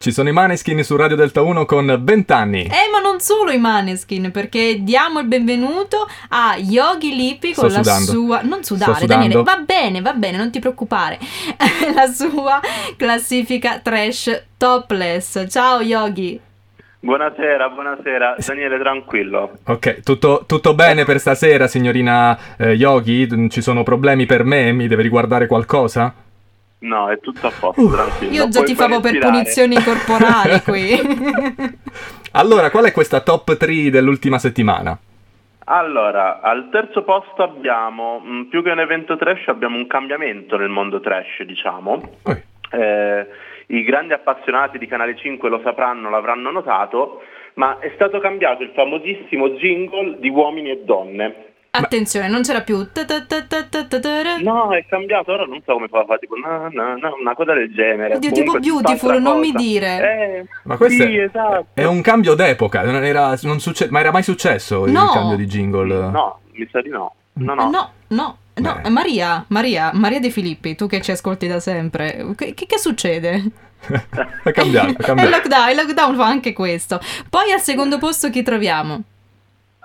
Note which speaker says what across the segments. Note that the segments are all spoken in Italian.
Speaker 1: Ci sono i Maneskin su Radio Delta 1 con 20 anni.
Speaker 2: Eh, ma non solo i Maneskin, perché diamo il benvenuto a Yogi Lippi con
Speaker 1: Sto
Speaker 2: la
Speaker 1: sudando.
Speaker 2: sua. Non sudare,
Speaker 1: Sto
Speaker 2: Daniele.
Speaker 1: sudando.
Speaker 2: Va bene, va bene, non ti preoccupare. la sua classifica trash topless. Ciao, Yogi.
Speaker 3: Buonasera, buonasera. Daniele, tranquillo.
Speaker 1: Ok, tutto, tutto bene per stasera, signorina eh, Yogi? Ci sono problemi per me? Mi deve riguardare qualcosa?
Speaker 3: No, è tutto a posto,
Speaker 1: Uh.
Speaker 3: tranquillo.
Speaker 2: Io già
Speaker 3: Puoi-
Speaker 2: ti
Speaker 3: puoi
Speaker 2: favo per
Speaker 3: respirare.
Speaker 2: punizioni corporali qui.
Speaker 1: Allora, qual è questa top 3 dell'ultima settimana?
Speaker 3: Allora, al terzo posto abbiamo, mh, più che un evento trash, abbiamo un cambiamento nel mondo trash, diciamo.
Speaker 1: Oi.
Speaker 3: Eh, I grandi appassionati di Canale 5 lo sapranno, l'avranno notato, ma è stato cambiato il famosissimo jingle di uomini e donne.
Speaker 2: Attenzione, non c'era più. Ta ta ta ta ta ta ta.
Speaker 3: No, è cambiato, ora non so come fa, fa tipo na, na, na, una cosa del genere.
Speaker 2: Oddio,
Speaker 3: Comunque
Speaker 2: tipo
Speaker 3: tutta
Speaker 2: Beautiful,
Speaker 3: altra
Speaker 2: non mi
Speaker 3: cosa.
Speaker 2: dire.
Speaker 3: Eh,
Speaker 1: Ma questo
Speaker 3: sì,
Speaker 1: è,
Speaker 3: esatto.
Speaker 1: è un cambio d'epoca, non era, non succe- ma era mai successo il
Speaker 2: No.
Speaker 1: cambio di jingle?
Speaker 3: No, mi sa di no. No, no.
Speaker 2: Eh, No, no, no.
Speaker 1: Beh.
Speaker 2: Maria, Maria, Maria De Filippi, tu che ci ascolti da sempre, che, che- che succede?
Speaker 1: è cambiato, è
Speaker 2: il,
Speaker 1: cambiato.
Speaker 2: lockdown, il lockdown fa anche questo. Poi al secondo posto chi troviamo?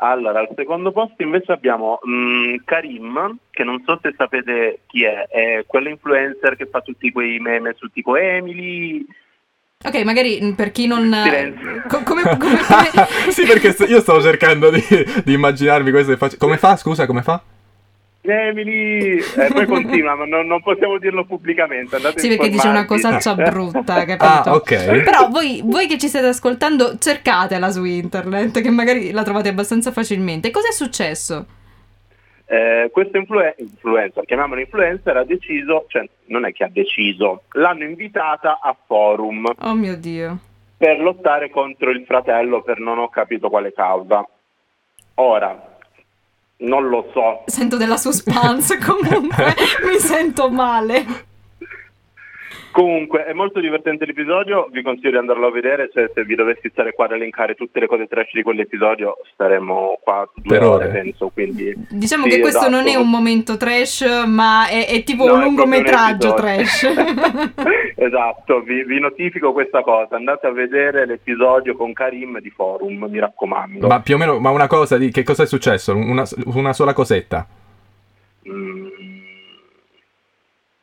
Speaker 3: Allora, al secondo posto invece abbiamo mm, Karim, che non so se sapete chi è, è quell'influencer che fa tutti quei meme su tipo Emily.
Speaker 2: Ok, magari mh, per chi non...
Speaker 3: Silenzio.
Speaker 2: Co- come, come- come-
Speaker 1: sì, perché st- io stavo cercando di, di immaginarmi queste facce. Come fa, scusa, come fa?
Speaker 3: Emily! E poi continua, ma non, non possiamo dirlo pubblicamente. Andate a
Speaker 2: Sì, perché dice una
Speaker 3: informarvi.
Speaker 2: cosaccia brutta, capito?
Speaker 1: Ah, ok.
Speaker 2: Però voi, voi che ci state ascoltando, cercatela su internet, che magari la trovate abbastanza facilmente. Cos'è successo?
Speaker 3: Eh, questo influen- influencer, chiamiamolo influencer, ha deciso, cioè non è che ha deciso, l'hanno invitata a forum
Speaker 2: Oh mio Dio.
Speaker 3: per lottare contro il fratello per non ho capito quale causa. Ora, non lo so,
Speaker 2: Sento della suspense, comunque mi sento male.
Speaker 3: comunque è molto divertente l'episodio, vi consiglio di andarlo a vedere, cioè, se vi dovessi stare qua ad elencare tutte le cose trash di quell'episodio staremmo qua due
Speaker 1: Per
Speaker 3: ore,
Speaker 1: ore.
Speaker 3: penso, quindi...
Speaker 2: Diciamo
Speaker 3: Sì,
Speaker 2: che questo
Speaker 3: esatto.
Speaker 2: non è un momento trash, ma è, è tipo
Speaker 3: No,
Speaker 2: un
Speaker 3: è
Speaker 2: lungometraggio
Speaker 3: proprio un
Speaker 2: trash.
Speaker 3: episodio. esatto, vi, vi notifico questa cosa, andate a vedere l'episodio con Karim di Forum, mi raccomando.
Speaker 1: Ma più o meno, ma una cosa di che cosa è successo? Una, una sola cosetta,
Speaker 3: Mm,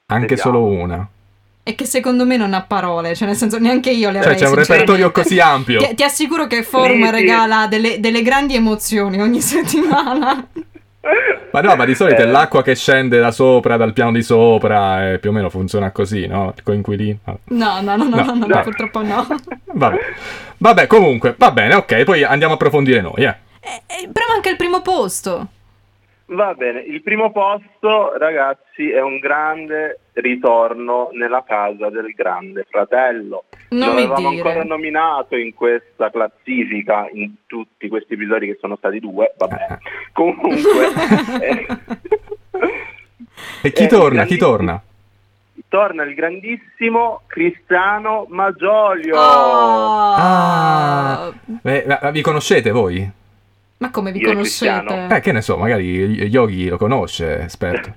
Speaker 1: anche
Speaker 3: Vediamo.
Speaker 1: solo una.
Speaker 2: e che secondo me non ha parole, cioè nel senso neanche io le
Speaker 1: Cioè,
Speaker 2: avrei
Speaker 1: c'è un
Speaker 2: sinceramente.
Speaker 1: repertorio così ampio.
Speaker 2: Ti, ti assicuro che Forum
Speaker 3: Sì, sì.
Speaker 2: regala delle, delle grandi emozioni ogni settimana.
Speaker 1: Ma no, ma di solito è
Speaker 3: Eh,
Speaker 1: l'acqua che scende da sopra, dal piano di sopra, e più o meno funziona così, no? Il coinquilino.
Speaker 2: No, no, no, no,
Speaker 1: No,
Speaker 2: no, no,
Speaker 1: dai.
Speaker 2: purtroppo no.
Speaker 1: Vabbè. Vabbè, comunque, va bene, ok, poi andiamo a approfondire noi, eh.
Speaker 2: Eh, eh, però manca il primo posto.
Speaker 3: Va bene, il primo posto ragazzi è un grande ritorno nella casa del grande fratello.
Speaker 2: Non mi
Speaker 3: avevamo
Speaker 2: dire.
Speaker 3: ancora nominato in questa classifica, in tutti questi episodi che sono stati due,
Speaker 1: Eh,
Speaker 3: vabbè. Comunque... eh,
Speaker 1: E chi
Speaker 3: eh,
Speaker 1: torna? Chi
Speaker 3: grandissimo-
Speaker 1: torna?
Speaker 3: Torna il grandissimo Cristiano Maggiolio.
Speaker 2: Oh.
Speaker 1: Ah. Eh, ma- ma vi conoscete voi?
Speaker 2: Ma come vi
Speaker 3: Io e
Speaker 2: conoscete?
Speaker 3: Cristiano.
Speaker 1: Eh, che ne so, magari Yogi lo conosce, esperto.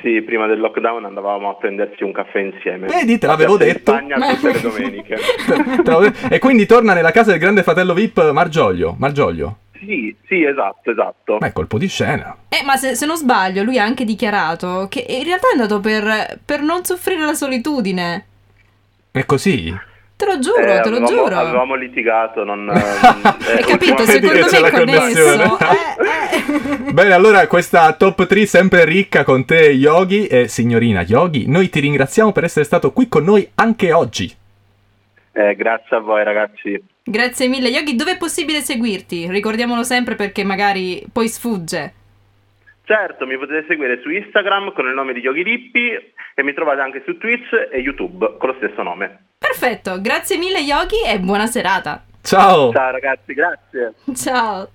Speaker 3: Sì, prima del lockdown andavamo a prendersi un caffè insieme.
Speaker 1: Vedi, te Eh, l'avevo
Speaker 3: Siamo in
Speaker 1: detto.
Speaker 3: Spagna tutte le domeniche.
Speaker 1: Tra- e quindi torna nella casa del grande fratello VIP Margioglio. Margioglio.
Speaker 3: sì, sì, esatto, esatto.
Speaker 1: Ma è colpo di scena.
Speaker 2: Eh, ma se, se non sbaglio, lui ha anche dichiarato che in realtà è andato per, per non soffrire la solitudine.
Speaker 1: È così?
Speaker 2: Te lo
Speaker 3: Eh,
Speaker 2: giuro, te lo
Speaker 3: avevamo-
Speaker 2: giuro.
Speaker 3: Avevamo litigato, non... eh,
Speaker 2: Hai
Speaker 3: eh,
Speaker 2: capito?
Speaker 3: ultimamente-
Speaker 1: vedi che
Speaker 2: Secondo
Speaker 1: c'è
Speaker 2: me
Speaker 1: la
Speaker 2: è connesso.
Speaker 1: connessione.
Speaker 2: Eh, eh.
Speaker 1: Bene, allora questa top 3 sempre ricca con te Yogi e signorina Yogi. Noi ti ringraziamo per essere stato qui con noi anche oggi.
Speaker 3: Eh, grazie a voi ragazzi.
Speaker 2: Grazie mille, Yogi. Dove è possibile seguirti? Ricordiamolo sempre perché magari poi sfugge.
Speaker 3: Certo, mi potete seguire su Instagram con il nome di Yogi Lippi e mi trovate anche su Twitch e YouTube con lo stesso nome.
Speaker 2: Perfetto, grazie mille, Yogi, e buona serata.
Speaker 1: Ciao.
Speaker 3: Ciao ragazzi, grazie.
Speaker 2: Ciao.